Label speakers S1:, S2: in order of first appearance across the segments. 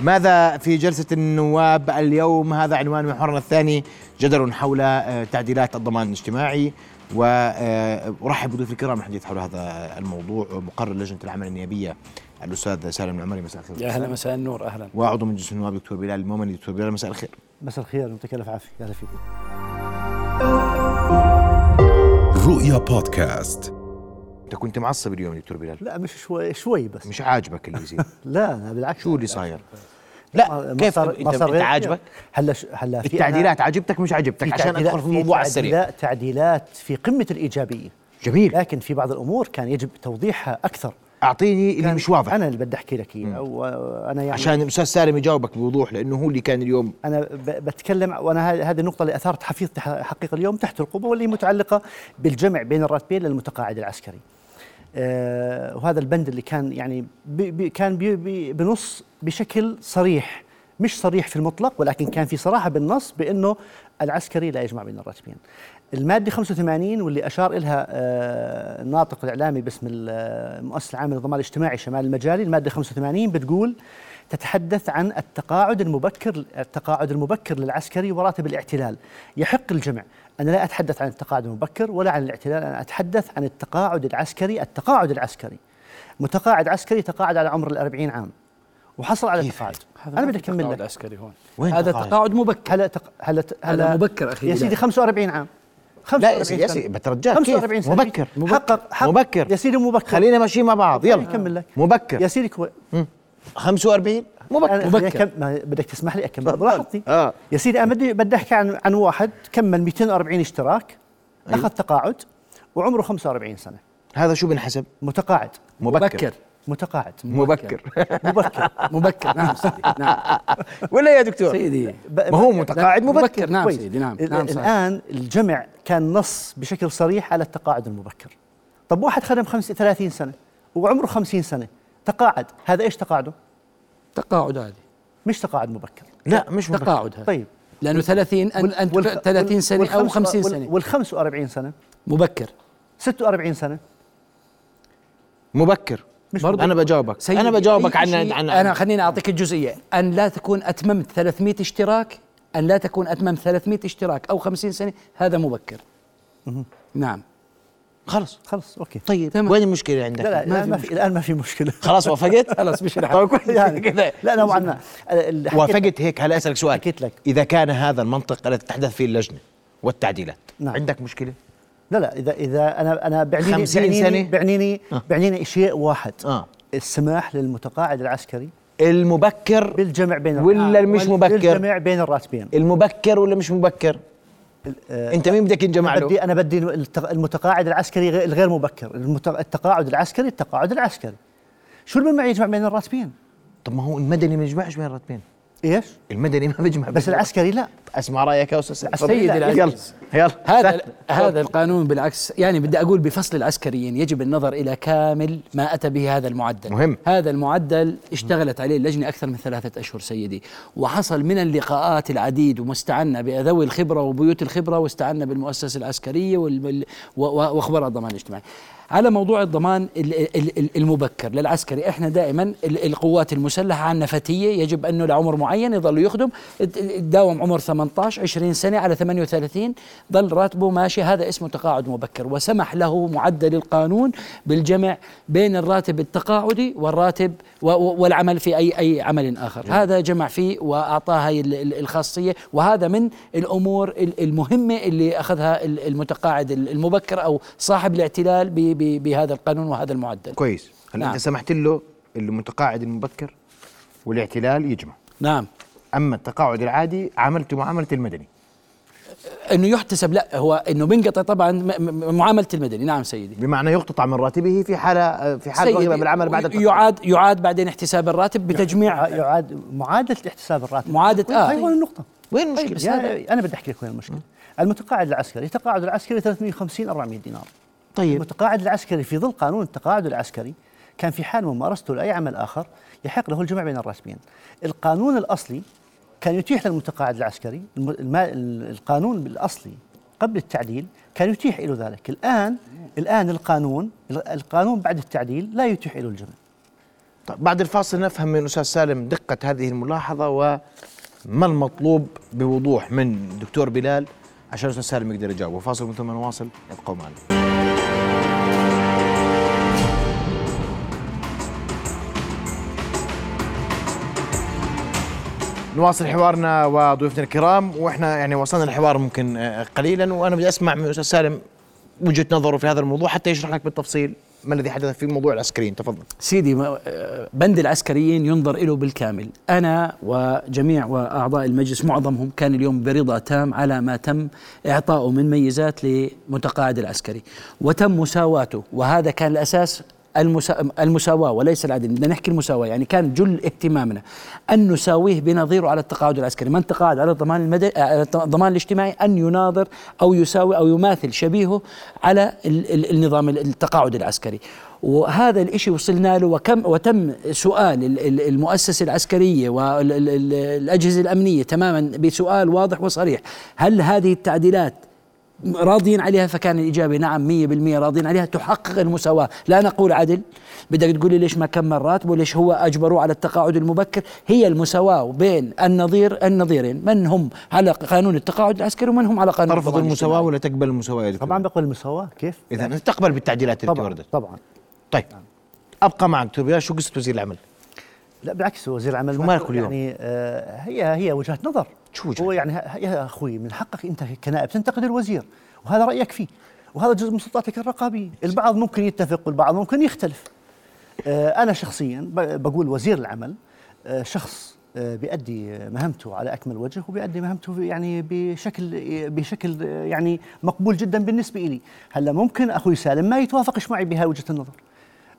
S1: ماذا في جلسة النواب اليوم هذا عنوان محورنا الثاني جدل حول آه، تعديلات الضمان الاجتماعي وأرحب بضيوف الكرام الحديث حول هذا الموضوع مقرر لجنة العمل النيابية الأستاذ سالم العمري مساء الخير
S2: يا اهلا مساء النور اهلا
S1: وعضو مجلس النواب دكتور بلال المؤمني دكتور بلال مساء الخير
S3: مساء الخير يعطيك الف عافيه يا هلا فيك
S4: رؤيا بودكاست
S1: أنت كنت معصب اليوم يا دكتور بلال
S3: لا مش شوي شوي بس
S1: مش عاجبك اللي يصير
S3: لا أنا بالعكس
S1: شو اللي صاير لا
S3: ما
S1: كيف
S3: صار- ما
S1: انت
S3: صار
S1: انت
S3: غير-
S1: عاجبك
S3: هلا ش- هلا في
S1: التعديلات عجبتك مش عجبتك عشان ادخل في الموضوع على السريع
S3: السريع تعديلات في قمه الايجابيه
S1: جميل
S3: لكن في بعض الامور كان يجب توضيحها اكثر
S1: اعطيني اللي
S3: كان
S1: مش واضح
S3: انا اللي بدي احكي لك اياه وانا يعني
S1: عشان الاستاذ سالم يجاوبك بوضوح لانه هو اللي كان اليوم
S3: انا ب- بتكلم وانا ه- هذه النقطه اللي اثارت حفيظتي ح- حقيقه اليوم تحت القبه واللي متعلقه بالجمع بين الراتبين للمتقاعد العسكري. آه وهذا البند اللي كان يعني بي بي كان بي بي بنص بشكل صريح مش صريح في المطلق ولكن كان في صراحه بالنص بانه العسكري لا يجمع بين الراتبين. الماده 85 واللي اشار الها آه، الناطق الاعلامي باسم آه، المؤسسه العامه للضمان الاجتماعي شمال المجالي الماده 85 بتقول تتحدث عن التقاعد المبكر التقاعد المبكر للعسكري وراتب الاعتلال يحق الجمع انا لا اتحدث عن التقاعد المبكر ولا عن الاعتلال انا اتحدث عن التقاعد العسكري التقاعد العسكري متقاعد عسكري تقاعد على عمر الأربعين عام وحصل على
S1: كيف؟
S3: التقاعد
S2: هذا
S3: انا
S2: ما
S3: بدي
S2: في
S3: اكمل
S2: تقاعد
S3: لك
S2: عسكري هون
S1: وين
S2: هذا
S1: تقاعد؟
S2: تقاعد مبكر
S3: هلا تق... هلا
S2: هذا
S3: هلا
S2: مبكر أخي
S3: يا
S2: بلال.
S3: سيدي 45 عام 45
S1: يا سيدي،
S3: سنة.
S1: بترجاك، كيف؟
S3: 45 سنة.
S1: مبكر.
S3: حقق حقق-
S1: مبكر.
S3: يا سيدي مبكر
S1: خلينا ماشيين مع بعض يلا
S3: أكمل آه، لك.
S1: مبكر
S3: يا سيدي كوي...
S1: 45 مبكر
S3: أنا
S2: مبكر.
S3: خليني أكم- ما بدك تسمح لي اكمل براحتي
S1: آه.
S3: يا سيدي انا بدي بدي احكي عن عن واحد كمل 240 اشتراك
S2: أيوه.
S3: اخذ تقاعد وعمره 45 سنه
S1: هذا شو بنحسب
S3: متقاعد
S1: مبكر
S3: متقاعد
S1: مبكر
S3: مبكر
S2: مبكر نعم سيدي نعم
S1: ولا يا دكتور
S2: سيدي
S3: ب-
S1: ما هو
S3: ب-
S1: متقاعد مبكر
S2: مبكر نعم
S3: كويس.
S2: سيدي نعم
S3: ال-
S2: نعم صحيح.
S3: الان الجمع كان نص بشكل صريح على التقاعد المبكر طب واحد خدم خمس 30 سنه وعمره 50 سنه تقاعد هذا ايش تقاعده
S2: تقاعد هذه
S3: مش تقاعد مبكر
S1: لا مش مبكر
S2: تقاعد هذا
S3: طيب
S2: لانه 30 أن- أن
S3: والخ-
S2: 30 سنه او
S3: والخمس-
S2: 50
S3: وال-
S2: سنه
S3: وال 45 سنه
S2: مبكر
S3: 46 سنه
S1: مبكر
S3: مش
S2: برضو
S1: انا بجاوبك
S2: سيدي،
S1: انا بجاوبك
S2: أي
S1: عن
S2: شيء-
S1: عن
S2: انا خليني اعطيك الجزئيه ان لا تكون اتممت 300 اشتراك ان لا تكون اتممت 300 اشتراك او 50 سنه هذا مبكر نعم
S1: خلص
S3: خلص اوكي
S1: طيب
S2: تمام.
S1: وين المشكله عندك
S3: لا لا الان ما
S2: ما في
S3: في الان ما في مشكله
S1: خلاص وافقت
S2: خلاص مش رح
S1: طيب كويس كده
S3: يعني. لا نوعا ما ال- حكيت-
S1: وافقت هيك هلا اسالك سؤال
S3: حكيت لك.
S1: اذا كان هذا المنطق الذي تتحدث فيه اللجنه والتعديلات
S3: نعم.
S1: عندك مشكله
S3: لا لا اذا اذا انا انا بعنيني
S1: 50
S3: بعنيني
S1: سنة؟
S3: بعنيني
S1: آه.
S3: بعنيني شيء واحد
S1: آه.
S3: السماح للمتقاعد العسكري
S1: المبكر
S3: بالجمع بين
S1: ولا المش
S3: وال-
S1: مبكر؟
S3: بالجمع بين الراتبين
S1: المبكر ولا مش مبكر انت مين بدك ينجمع له
S3: بدي انا بدي التق- المتقاعد العسكري غير- الغير مبكر المت- التقاعد العسكري التقاعد العسكري شو المنع يجمع بين الراتبين
S1: طب ما هو المدني ما يجمعش بين راتبين
S3: ايش
S1: المدني ما بيجمع
S3: بس
S1: بين
S3: العسكري لا
S1: اسمع رايك يا استاذ سعيد.
S3: العسكري
S1: تفضل.
S2: لا.
S1: يلا يلا
S2: طيب، هذا
S1: سهل.
S2: هذا القانون بالعكس يعني بدي اقول بفصل العسكريين يجب النظر الى كامل ما اتى به هذا المعدل
S1: مهم.
S2: هذا المعدل اشتغلت عليه اللجنه اكثر من ثلاثه اشهر سيدي وحصل من اللقاءات العديد ومستعنا بذوي الخبره وبيوت الخبره واستعنا بالمؤسسه العسكريه والم- و- و- واخبار الضمان الاجتماعي على موضوع الضمان ال- ال- ال- المبكر للعسكري احنا دائما ال- القوات المسلحه عندنا فتيه يجب انه لعمر معين يظل يخدم ات- داوم عمر 18 20 سنه على 38 ظل راتبه ماشي هذا اسمه تقاعد مبكر وسمح له معدل القانون بالجمع بين الراتب التقاعدي والراتب و- و- والعمل في اي اي عمل اخر هذا جمع فيه واعطاه هاي ال- ال- الخاصيه وهذا من الامور ال- المهمه اللي اخذها ال- المتقاعد ال- المبكر او صاحب الاعتلال ب- ب- بهذا القانون وهذا المعدل
S1: كويس هلا
S2: نعم.
S1: انت سمحت له المتقاعد المبكر والاعتلال يجمع
S2: نعم
S1: اما التقاعد العادي عملته معامله المدني
S2: انه يحتسب لا هو انه بينقطع طبعا م- م- معامله المدني نعم سيدي
S1: بمعنى يقتطع من راتبه في حاله في حال
S2: سيدي،
S1: رغب بالعمل بعد التقاعد.
S2: يعاد يعاد بعدين احتساب الراتب بتجميع
S3: يعاد معادله احتساب الراتب
S2: معادلة- آه.
S3: هاي هون النقطه
S1: وين
S3: طيب
S1: المشكله؟
S3: يا- انا بدي احكي لك وين المشكله المتقاعد العسكري التقاعد العسكري 350 400 دينار
S1: طيب
S3: المتقاعد العسكري في ظل قانون التقاعد العسكري كان في حال ممارسته لاي عمل اخر يحق له الجمع بين الراتبين. القانون الاصلي كان يتيح للمتقاعد العسكري الم- الما- ال- القانون الاصلي قبل التعديل كان يتيح له ذلك، الان الان القانون القانون بعد التعديل لا يتيح له الجمع.
S1: طيب بعد الفاصل نفهم من استاذ سالم دقه هذه الملاحظه وما المطلوب بوضوح من دكتور بلال عشان استاذ سالم يقدر يجاوبه فاصل ومن ثم نواصل ابقوا معنا نواصل حوارنا وضيوفنا الكرام واحنا يعني وصلنا الحوار ممكن آه، قليلا وانا بدي اسمع من استاذ سالم وجهه نظره في هذا الموضوع حتى يشرح لك بالتفصيل ما الذي حدث في موضوع العسكريين تفضل
S2: سيدي ما- آه، بند العسكريين ينظر له بالكامل أنا وجميع وأعضاء المجلس معظمهم كان اليوم برضا تام على ما تم إعطائه من ميزات لمتقاعد العسكري وتم مساواته وهذا كان الأساس المسا... المساواة وليس العدل بدنا نحكي المساواة يعني كان جل اهتمامنا أن نساويه بنظيره على التقاعد العسكري من تقاعد على الضمان المدني على الت- الضمان الاجتماعي أن يناظر أو يساوي أو يماثل شبيهه على ال... ال- النظام ال- التقاعد العسكري وهذا الإشي وصلنا له وكم وتم سؤال ال- ال- المؤسسة العسكرية والأجهزة الأمنية تماما بسؤال واضح وصريح هل هذه التعديلات راضيين عليها فكان الإجابة نعم 100% راضيين عليها تحقق المساواة لا نقول عدل بدك تقولي ليش ما كمل راتبه ليش هو أجبروه على التقاعد المبكر هي المساواة بين النظير النظيرين من هم على قانون التقاعد العسكري ومن هم على قانون
S1: ترفض
S2: الضمان
S1: المساواه
S2: الاجتماعي.
S1: ولا تقبل المساواه يا دكتور
S3: طبعا بقول المساواه كيف؟
S1: اذا انت تقبل بالتعديلات اللي
S3: طبعا
S1: وردت
S3: طبعا
S1: طيب ابقى معك دكتور بلال شو قصه وزير العمل
S3: لا بالعكس هو وزير العمل
S1: شو مالكوا اليوم؟
S3: يعني آه هي هي وجهه نظر
S1: شو وجهة
S3: هو يعني ه- يا اخوي من حقك انت كنائب تنتقد الوزير وهذا رايك فيه وهذا جزء من سلطاتك الرقابيه، البعض ممكن يتفق والبعض ممكن يختلف. آه انا شخصيا ب- بقول وزير العمل آه شخص آه بيأدي مهمته على اكمل وجه وبيأدي مهمته في- يعني بشكل بشكل آه، يعني مقبول جدا بالنسبه لي، هلا ممكن اخوي سالم ما يتوافقش معي بهاي وجهه النظر.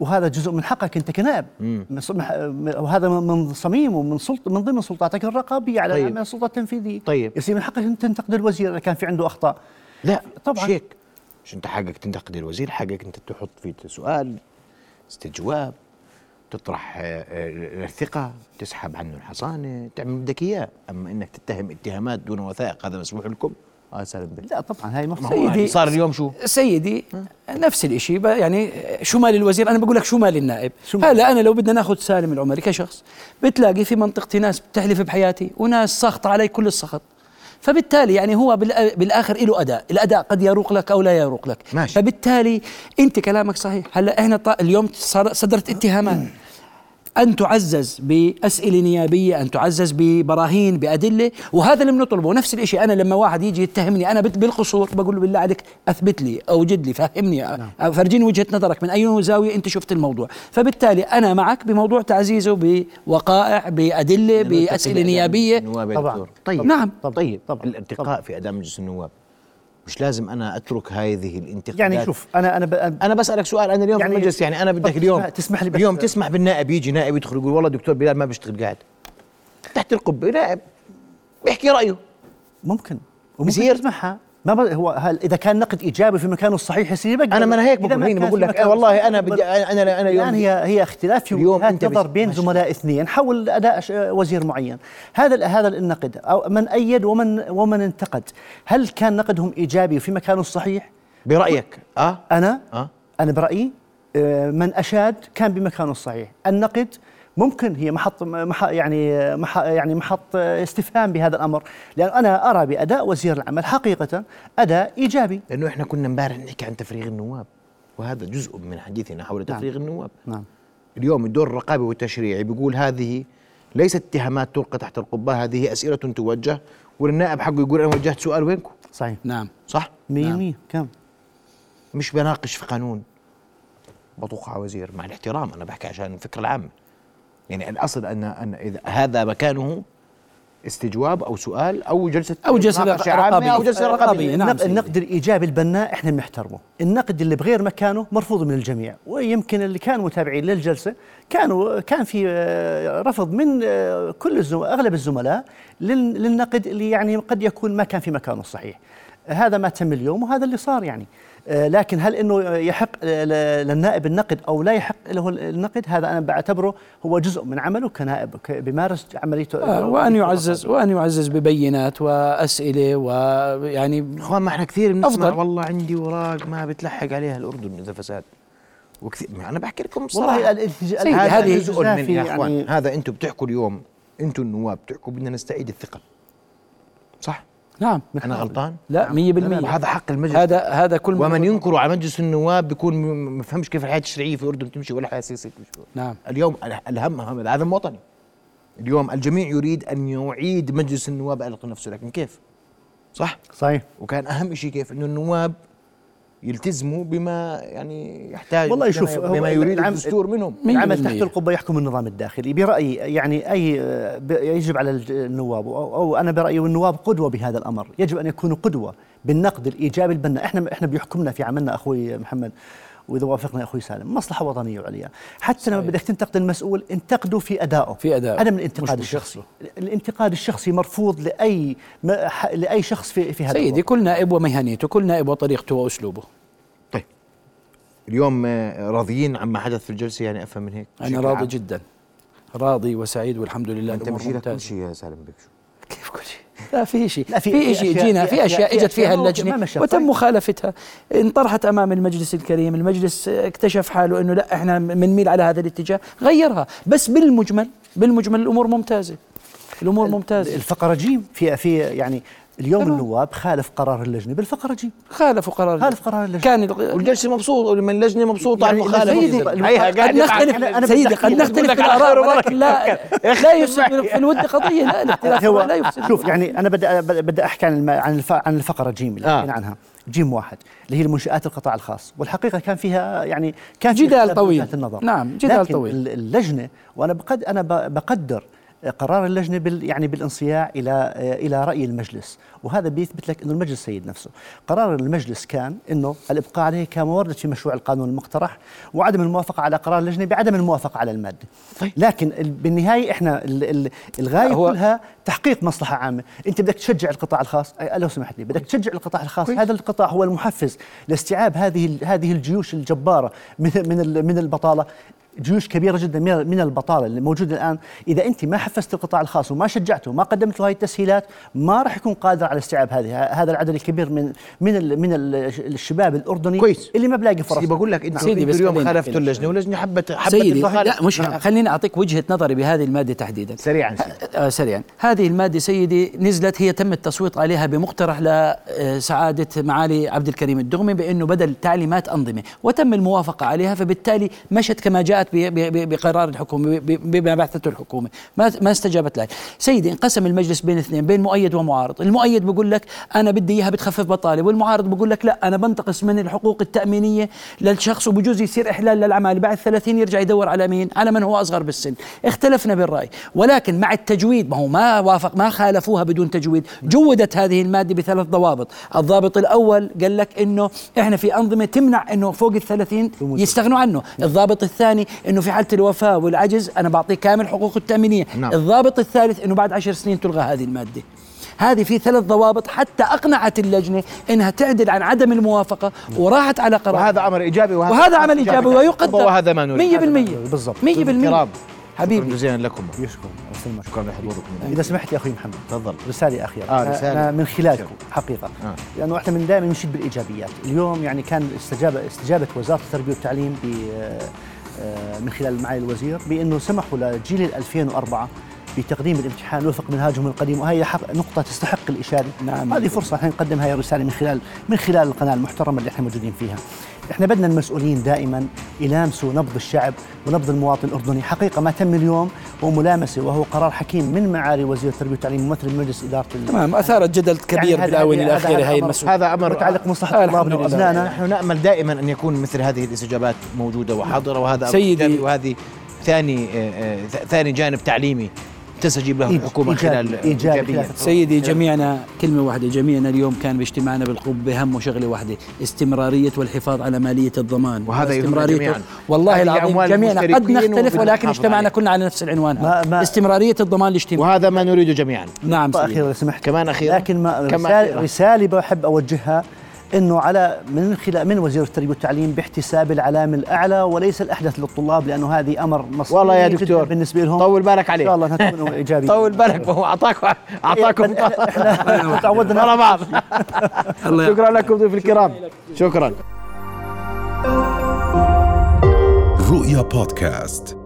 S3: وهذا جزء من حقك انت كنائب من ص- من ح- من- وهذا من- من صميم ومن سلط من ضمن سلطاتك الرقابيه على
S1: طيب.
S3: العمل السلطه التنفيذيه
S1: طيب.
S3: يصير من حقك انت تنتقد الوزير اذا كان في عنده اخطاء
S1: لا
S3: طبعاً.
S1: شيك مش انت حقك تنتقد الوزير حقك انت تحط فيه سؤال استجواب تطرح آه، آه، الثقة تسحب عنه الحصانة تعمل اللي بدك إياه أما إنك تتهم اتهامات دون وثائق هذا مسموح لكم هذا سالم بن
S3: لا طبعا هاي
S1: ما هو
S3: مفروض
S1: يعني صار اليوم شو
S2: سيدي نفس الشيء يعني شو مال الوزير انا بقول لك شو مال النائب
S3: شو مال؟
S2: هلا انا لو بدنا ناخذ سالم العمري كشخص بتلاقي في منطقتي ناس بتحلف بحياتي وناس سخط علي كل السخط فبالتالي يعني هو بالآ- بالاخر له اداء الاداء قد يروق لك او لا يروق لك
S1: ماشي.
S2: فبالتالي انت كلامك صحيح هلا احنا ط- اليوم صار- صدرت اتهامات أن تعزز بأسئلة نيابية أن تعزز ببراهين بأدلة وهذا اللي بنطلبه نفس الشيء أنا لما واحد يجي يتهمني أنا بت- بالقصور بقول له بالله عليك أثبت لي أوجد لي فهمني أ-
S1: نعم.
S2: فرجيني وجهة نظرك من أي زاوية أنت شفت الموضوع فبالتالي أنا معك بموضوع تعزيزه بوقائع بأدلة بأسئلة نيابية
S1: نواب
S3: طبعاً.
S1: طبعا طيب
S2: نعم.
S1: طب طيب
S3: طبعاً.
S1: الارتقاء
S3: طبعاً.
S1: في أداء مجلس النواب مش لازم أنا أترك هذه الانتقادات
S3: يعني شوف انا انا ب-
S1: انا بسالك سؤال انا اليوم يعني
S3: يعني-
S1: في المجلس يعني انا
S3: طب
S1: بدك
S3: تسمح-
S1: اليوم
S3: تسمح لي بس-
S1: اليوم تسمح بالنائب يجي نائب يدخل يقول والله دكتور بلال ما بيشتغل قاعد تحت القبه نائب بيحكي رايه
S3: ممكن
S1: يصير؟
S3: وممكن تسمعها ما ب... هو هل اذا كان نقد ايجابي في مكانه الصحيح يصير بقبل.
S1: انا ما انا هيك
S3: إذا
S1: بقول
S3: ما
S1: هيك
S3: كان
S1: بقول
S3: في
S1: لك
S3: مكانه
S1: آه والله
S3: الصحيح
S1: انا
S3: بقبل.
S1: بدي انا انا, أنا
S3: الان
S1: يوم
S3: هي هي اختلاف في
S1: اليوم
S3: وجهات
S1: أنت
S3: نظر
S1: بس-
S3: بين
S1: ماشي.
S3: زملاء اثنين حول اداء ش- آه، وزير معين هذا هذا النقد او من ايد ومن ومن انتقد هل كان نقدهم ايجابي وفي مكانه الصحيح
S1: برايك اه
S3: انا
S1: آه.
S3: انا برايي آه، من اشاد كان بمكانه الصحيح النقد ممكن هي محط مح يعني مح يعني محط آه، استفهام بهذا الامر لان انا ارى باداء وزير العمل حقيقه اداء ايجابي
S1: لانه احنا كنا امبارح نحكي عن تفريغ النواب وهذا جزء من حديثنا حول
S3: نعم.
S1: تفريغ النواب
S3: نعم
S1: اليوم الدور الرقابي والتشريعي بيقول هذه ليست اتهامات تلقى تحت القبه هذه اسئله توجه والنائب حقه يقول انا وجهت سؤال وينكم
S3: صحيح 100%
S2: نعم
S1: صح
S3: نعم. كم
S1: مش بناقش في قانون بطوق على وزير مع الاحترام انا بحكي عشان الفكره العامه يعني الاصل ان ان اذا هذا مكانه استجواب او سؤال او جلسه
S2: أو جلسة
S1: مناقشة
S2: رقابية.
S1: عامة او جلسه رقابيه
S2: رقابية. نعم
S3: النق-
S2: سيدي.
S3: النقد الايجابي البناء احنا بنحترمه، النقد اللي بغير مكانه مرفوض من الجميع، ويمكن اللي كانوا متابعين للجلسه كانوا كان في آه، رفض من آه، كل الزملاء اغلب الزملاء لل- للنقد اللي يعني قد يكون ما كان في مكانه الصحيح. هذا ما تم اليوم وهذا اللي صار يعني. آه، لكن هل انه يحق آه، ل- للنائب النقد او لا يحق له النقد هذا انا بعتبره هو جزء من عمله كنائب ك- بيمارس عمليته
S2: آه، وأن يعزز وأن يعزز ببينات وأسئلة يعني- ويعني
S1: اخوان ما احنا كثير بنسمع
S2: أفضل.
S1: والله عندي اوراق ما بتلحق عليها الاردن اذا فساد وكثير انا بحكي لكم
S3: والله
S1: بصراحه
S3: الالتجاء
S2: سيدي،
S1: هذا
S2: هذه
S1: جزء من يا اخوان
S3: يعني
S1: هذا انتم بتحكوا اليوم انتم النواب بتحكوا بدنا نستعيد الثقه صح
S2: نعم
S1: انا غلطان
S2: لا 100%
S1: نعم. هذا حق المجلس
S2: هذا هذا كل ما-
S1: ومن ينكر على مجلس النواب بيكون م- ما فهمش كيف الحياه الشرعيه في الاردن تمشي ولا الحياه السياسيه تمشي
S2: نعم
S1: اليوم ال- الهم هم العزم وطني اليوم الجميع يريد ان يعيد مجلس النواب الق نفسه لكن كيف صح
S3: صحيح
S1: وكان اهم شيء كيف انه النواب يلتزموا بما يعني يحتاج
S3: والله
S1: بما-
S3: شوف، هو
S1: بما يريد
S3: العم-
S1: الدستور منهم
S2: مية
S3: العمل
S2: بالمية.
S3: تحت القبه يحكم النظام الداخلي برايي يعني اي آه، ب- يجب على الج- النواب او أو انا برايي والنواب قدوه بهذا الامر يجب ان يكونوا قدوه بالنقد الايجابي البناء احنا احنا بيحكمنا في عملنا اخوي محمد واذا وافقنا اخوي سالم مصلحه وطنيه عليا حتى لما بدك تنتقد المسؤول انتقده في ادائه
S2: في أدائه.
S3: عدم
S2: مش
S3: الانتقاد
S2: بشخصه.
S3: الشخصي الانتقاد الشخصي مرفوض لاي ما- ح- لاي شخص في في هذا
S2: سيدي
S3: الوضع.
S2: كل نائب ومهنيته كل نائب وطريقته واسلوبه
S1: طيب اليوم آه، راضيين عما حدث في الجلسه يعني افهم من هيك
S2: انا
S1: بشكل
S2: راضي
S1: عام.
S2: جدا راضي وسعيد والحمد لله
S1: انت
S2: الأمور
S1: مشيلك كل
S2: ممتازة.
S1: شيء يا سالم بك شو
S2: كيف كل شيء لا في شيء
S3: لا،
S2: لا
S3: في-
S2: في,
S3: في
S2: في شيء
S3: أشياء-
S2: جينا
S3: في
S2: في اشياء,
S3: أشياء-
S2: اجت
S3: في
S2: فيها
S3: أمور ما
S2: اللجنه
S3: مشت،
S2: وتم
S3: طيب.
S2: مخالفتها انطرحت امام المجلس الكريم المجلس اكتشف حاله انه لا احنا بنميل على هذا الاتجاه غيرها بس بالمجمل بالمجمل الامور ممتازه الامور ممتازه
S3: الفقره جيم في في يعني اليوم
S2: تمام.
S3: النواب خالف قرار اللجنه بالفقره جيم
S2: خالفوا قرار
S3: خالف قرار اللجنة.
S2: كان الغ-
S1: والجلسه مبسوط لما اللجنه مبسوطه
S3: يعني
S1: على المخالفه
S3: سيدي،
S1: هيها
S2: قد
S1: قاعد
S2: نختلف
S3: أنا- أنا
S2: سيدي
S3: بدي
S2: قد
S3: أحكي لك.
S2: نختلف في
S1: بقول لك على
S2: الاراء
S1: آخر مرة
S2: ولكن لا لا يفسد في الود قضيه لا الاختلاف
S3: هو
S2: لا يفسد
S3: شوف يعني انا بدي بدي- بدي احكي عن الم- عن الف- عن الفقره جيم اللي
S1: آه.
S3: حكينا عنها جيم واحد اللي هي المنشآت القطاع الخاص والحقيقه كان فيها يعني كان في
S2: جدال
S3: اختلاف من
S2: طويل.
S3: وجهات النظر
S2: نعم، جدال
S3: لكن
S2: طويل.
S3: ال- اللجنه وانا بقد انا ب- بقدر قرار اللجنه بال يعني بالانصياع الى الى راي المجلس وهذا بيثبت لك انه المجلس سيد نفسه قرار المجلس كان انه الابقاء عليه كما وردت في مشروع القانون المقترح وعدم الموافقه على قرار اللجنه بعدم الموافقه على الماده
S1: طيب.
S3: لكن ال- بالنهايه احنا ال- ال- الغايه
S2: هو-
S3: كلها منها تحقيق مصلحة عامة أنت بدك تشجع القطاع الخاص أي- لو سمحت لي بدك تشجع القطاع الخاص هذا القطاع هو المحفز لاستيعاب هذه ال- هذه الجيوش الجبارة من من ال- من البطالة جيوش كبيرة جدا من من البطالة اللي موجودة الآن إذا أنت ما حفزت القطاع الخاص وما شجعته وما قدمت له هذه التسهيلات ما راح يكون قادر على استيعاب هذه هذا العدد الكبير من من ال من ال الشباب الأردني
S1: كويس.
S3: اللي ما بلاقي فرص
S1: سيدي بقول لك انت
S2: سيدي
S1: انتوا
S2: بس
S1: اليوم
S2: خلينا
S1: خالفتوا
S2: نحكي
S1: اللجنه واللجنه حبت حبت
S2: سيدي
S1: المخالف.
S2: لا مش
S1: نعم.
S2: خليني اعطيك وجهه نظري بهذه الماده تحديدا
S1: سريعاً سيدي.
S2: آه، سريعا هذه الماده سيدي نزلت هي تم التصويت عليها بمقترح لسعاده معالي عبد الكريم الدغمي بانه بدل تعليمات انظمه وتم الموافقه عليها فبالتالي مشت كما جاءت ب- ب- ب- بقرار الحكومه ب- ب- بما بعثته الحكومه ما ما استجابت لها سيدي انقسم المجلس بين اثنين بين مؤيد ومعارض المؤيد بيقول لك انا بدي اياها بتخفف بطاله والمعارض بيقول لك لا انا بنتقص من الحقوق التامينيه للشخص وبجوز يصير احلال للعمل بعد 30 يرجع يدور على مين على من هو اصغر بالسن اختلفنا بالراي ولكن مع التجويد ما هو ما وافق ما خالفوها بدون تجويد جودت هذه الماده بثلاث ضوابط الضابط الاول قال لك انه احنا في انظمه تمنع انه فوق ال 30 يستغنوا عنه الضابط الثاني انه في حاله الوفاه والعجز انا بعطيه كامل حقوقه التامينيه
S1: نعم.
S2: الضابط الثالث انه بعد عشر سنين تلغى هذه الماده هذه في ثلاث ضوابط حتى اقنعت اللجنه انها تعدل عن عدم الموافقه وراحت على قرار
S1: وهذا امر ايجابي وهذا,
S2: وهذا عمل ايجابي ويقدر
S1: وهذا ما نريد
S2: 100%
S3: بالضبط.
S1: الكرام
S2: 100%
S1: شكرا
S2: حبيبي
S1: جزيلا لكم
S3: يشكر أرسل ما شكر.
S1: شكرا لحضوركم
S3: اذا سمحت يا اخوي محمد
S1: تفضل.
S3: رساله اخيره
S1: آه،
S3: أنا-
S1: رسالة.
S3: أنا من خلالكم حقيقه
S1: آه.
S3: لانه احنا من دائما نشيد بالايجابيات اليوم يعني كان استجابه استجابه وزاره التربيه والتعليم ب آه، من خلال معالي الوزير بانه سمحوا لجيل ال 2004 بتقديم الامتحان وفق منهاجهم القديم وهي حق نقطة تستحق الإشادة
S2: نعم.
S3: هذه فرصة احنا نقدم هاي الرسالة من خلال من خلال القناة المحترمة اللي احنا موجودين فيها احنا بدنا المسؤولين دائما يلامسوا نبض الشعب ونبض المواطن الأردني حقيقة ما تم اليوم هو ملامسة وهو قرار حكيم من معالي وزير التربية والتعليم ممثل مجلس إدارة ال-
S2: تمام اثارت جدل كبير
S3: يعني هذا-
S2: بالاونه
S3: هذا- هذا
S2: الاخيره هاي
S3: الأمر-
S2: المسؤوليه
S1: يعني هذا امر
S3: متعلق مصلحة
S2: الحمد
S3: أطلابنا
S2: لله.
S1: لا
S3: وأبنائنا
S1: نحن نامل دائما ان يكون مثل هذه الاستجابات موجوده وحاضره وهذا أمر
S2: سيدي.
S1: إيجابي وهذه ثاني آه، آه، ث- ثاني جانب تعليمي تستجيب له
S3: إيج-
S1: الحكومه خلال
S3: إيجابي- إيجابي
S1: إيجابياً.
S2: سيدي جميعنا كلمة واحدة جميعنا اليوم كان باجتماعنا بالقب بهم وشغلة واحدة استمرارية والحفاظ على مالية الضمان
S1: وهذا يهمنا
S2: استمرارية
S1: جميعاً. هذه
S2: والله العظيم
S1: أموال
S2: جميعنا قد
S1: المشتركين
S2: نختلف
S1: وبدنا
S2: ولكن
S1: نحافظ
S2: اجتمعنا
S1: عليها.
S2: كلنا على نفس العنوان
S3: ما-
S2: هذا.
S3: ما-
S2: استمرارية الضمان الاجتماعي
S1: وهذا ما نريده جميعا
S2: نعم
S3: نقطة
S2: سيدي
S3: أخيرة لو سمحت
S1: كمان أخيرة.
S3: لكن ما
S1: كمان
S3: رسالة,
S1: أخيرة.
S3: رسالة بحب أوجهها انه على من خلال من وزير التربيه والتعليم باحتساب العلام الاعلى وليس الاحدث للطلاب لانه هذه امر مصيري
S1: والله يا
S3: جداً
S1: دكتور
S3: بالنسبه لهم
S1: طول بالك
S3: ان
S1: عليه
S3: شاء الله انها تكون ايجابيه
S1: طول بالك هو اعطاكم اعطاكم
S3: احنا تعودنا
S1: ورا بعض
S2: الله
S1: شكرا لكم ضيوف الكرام شكرا
S4: رؤيا بودكاست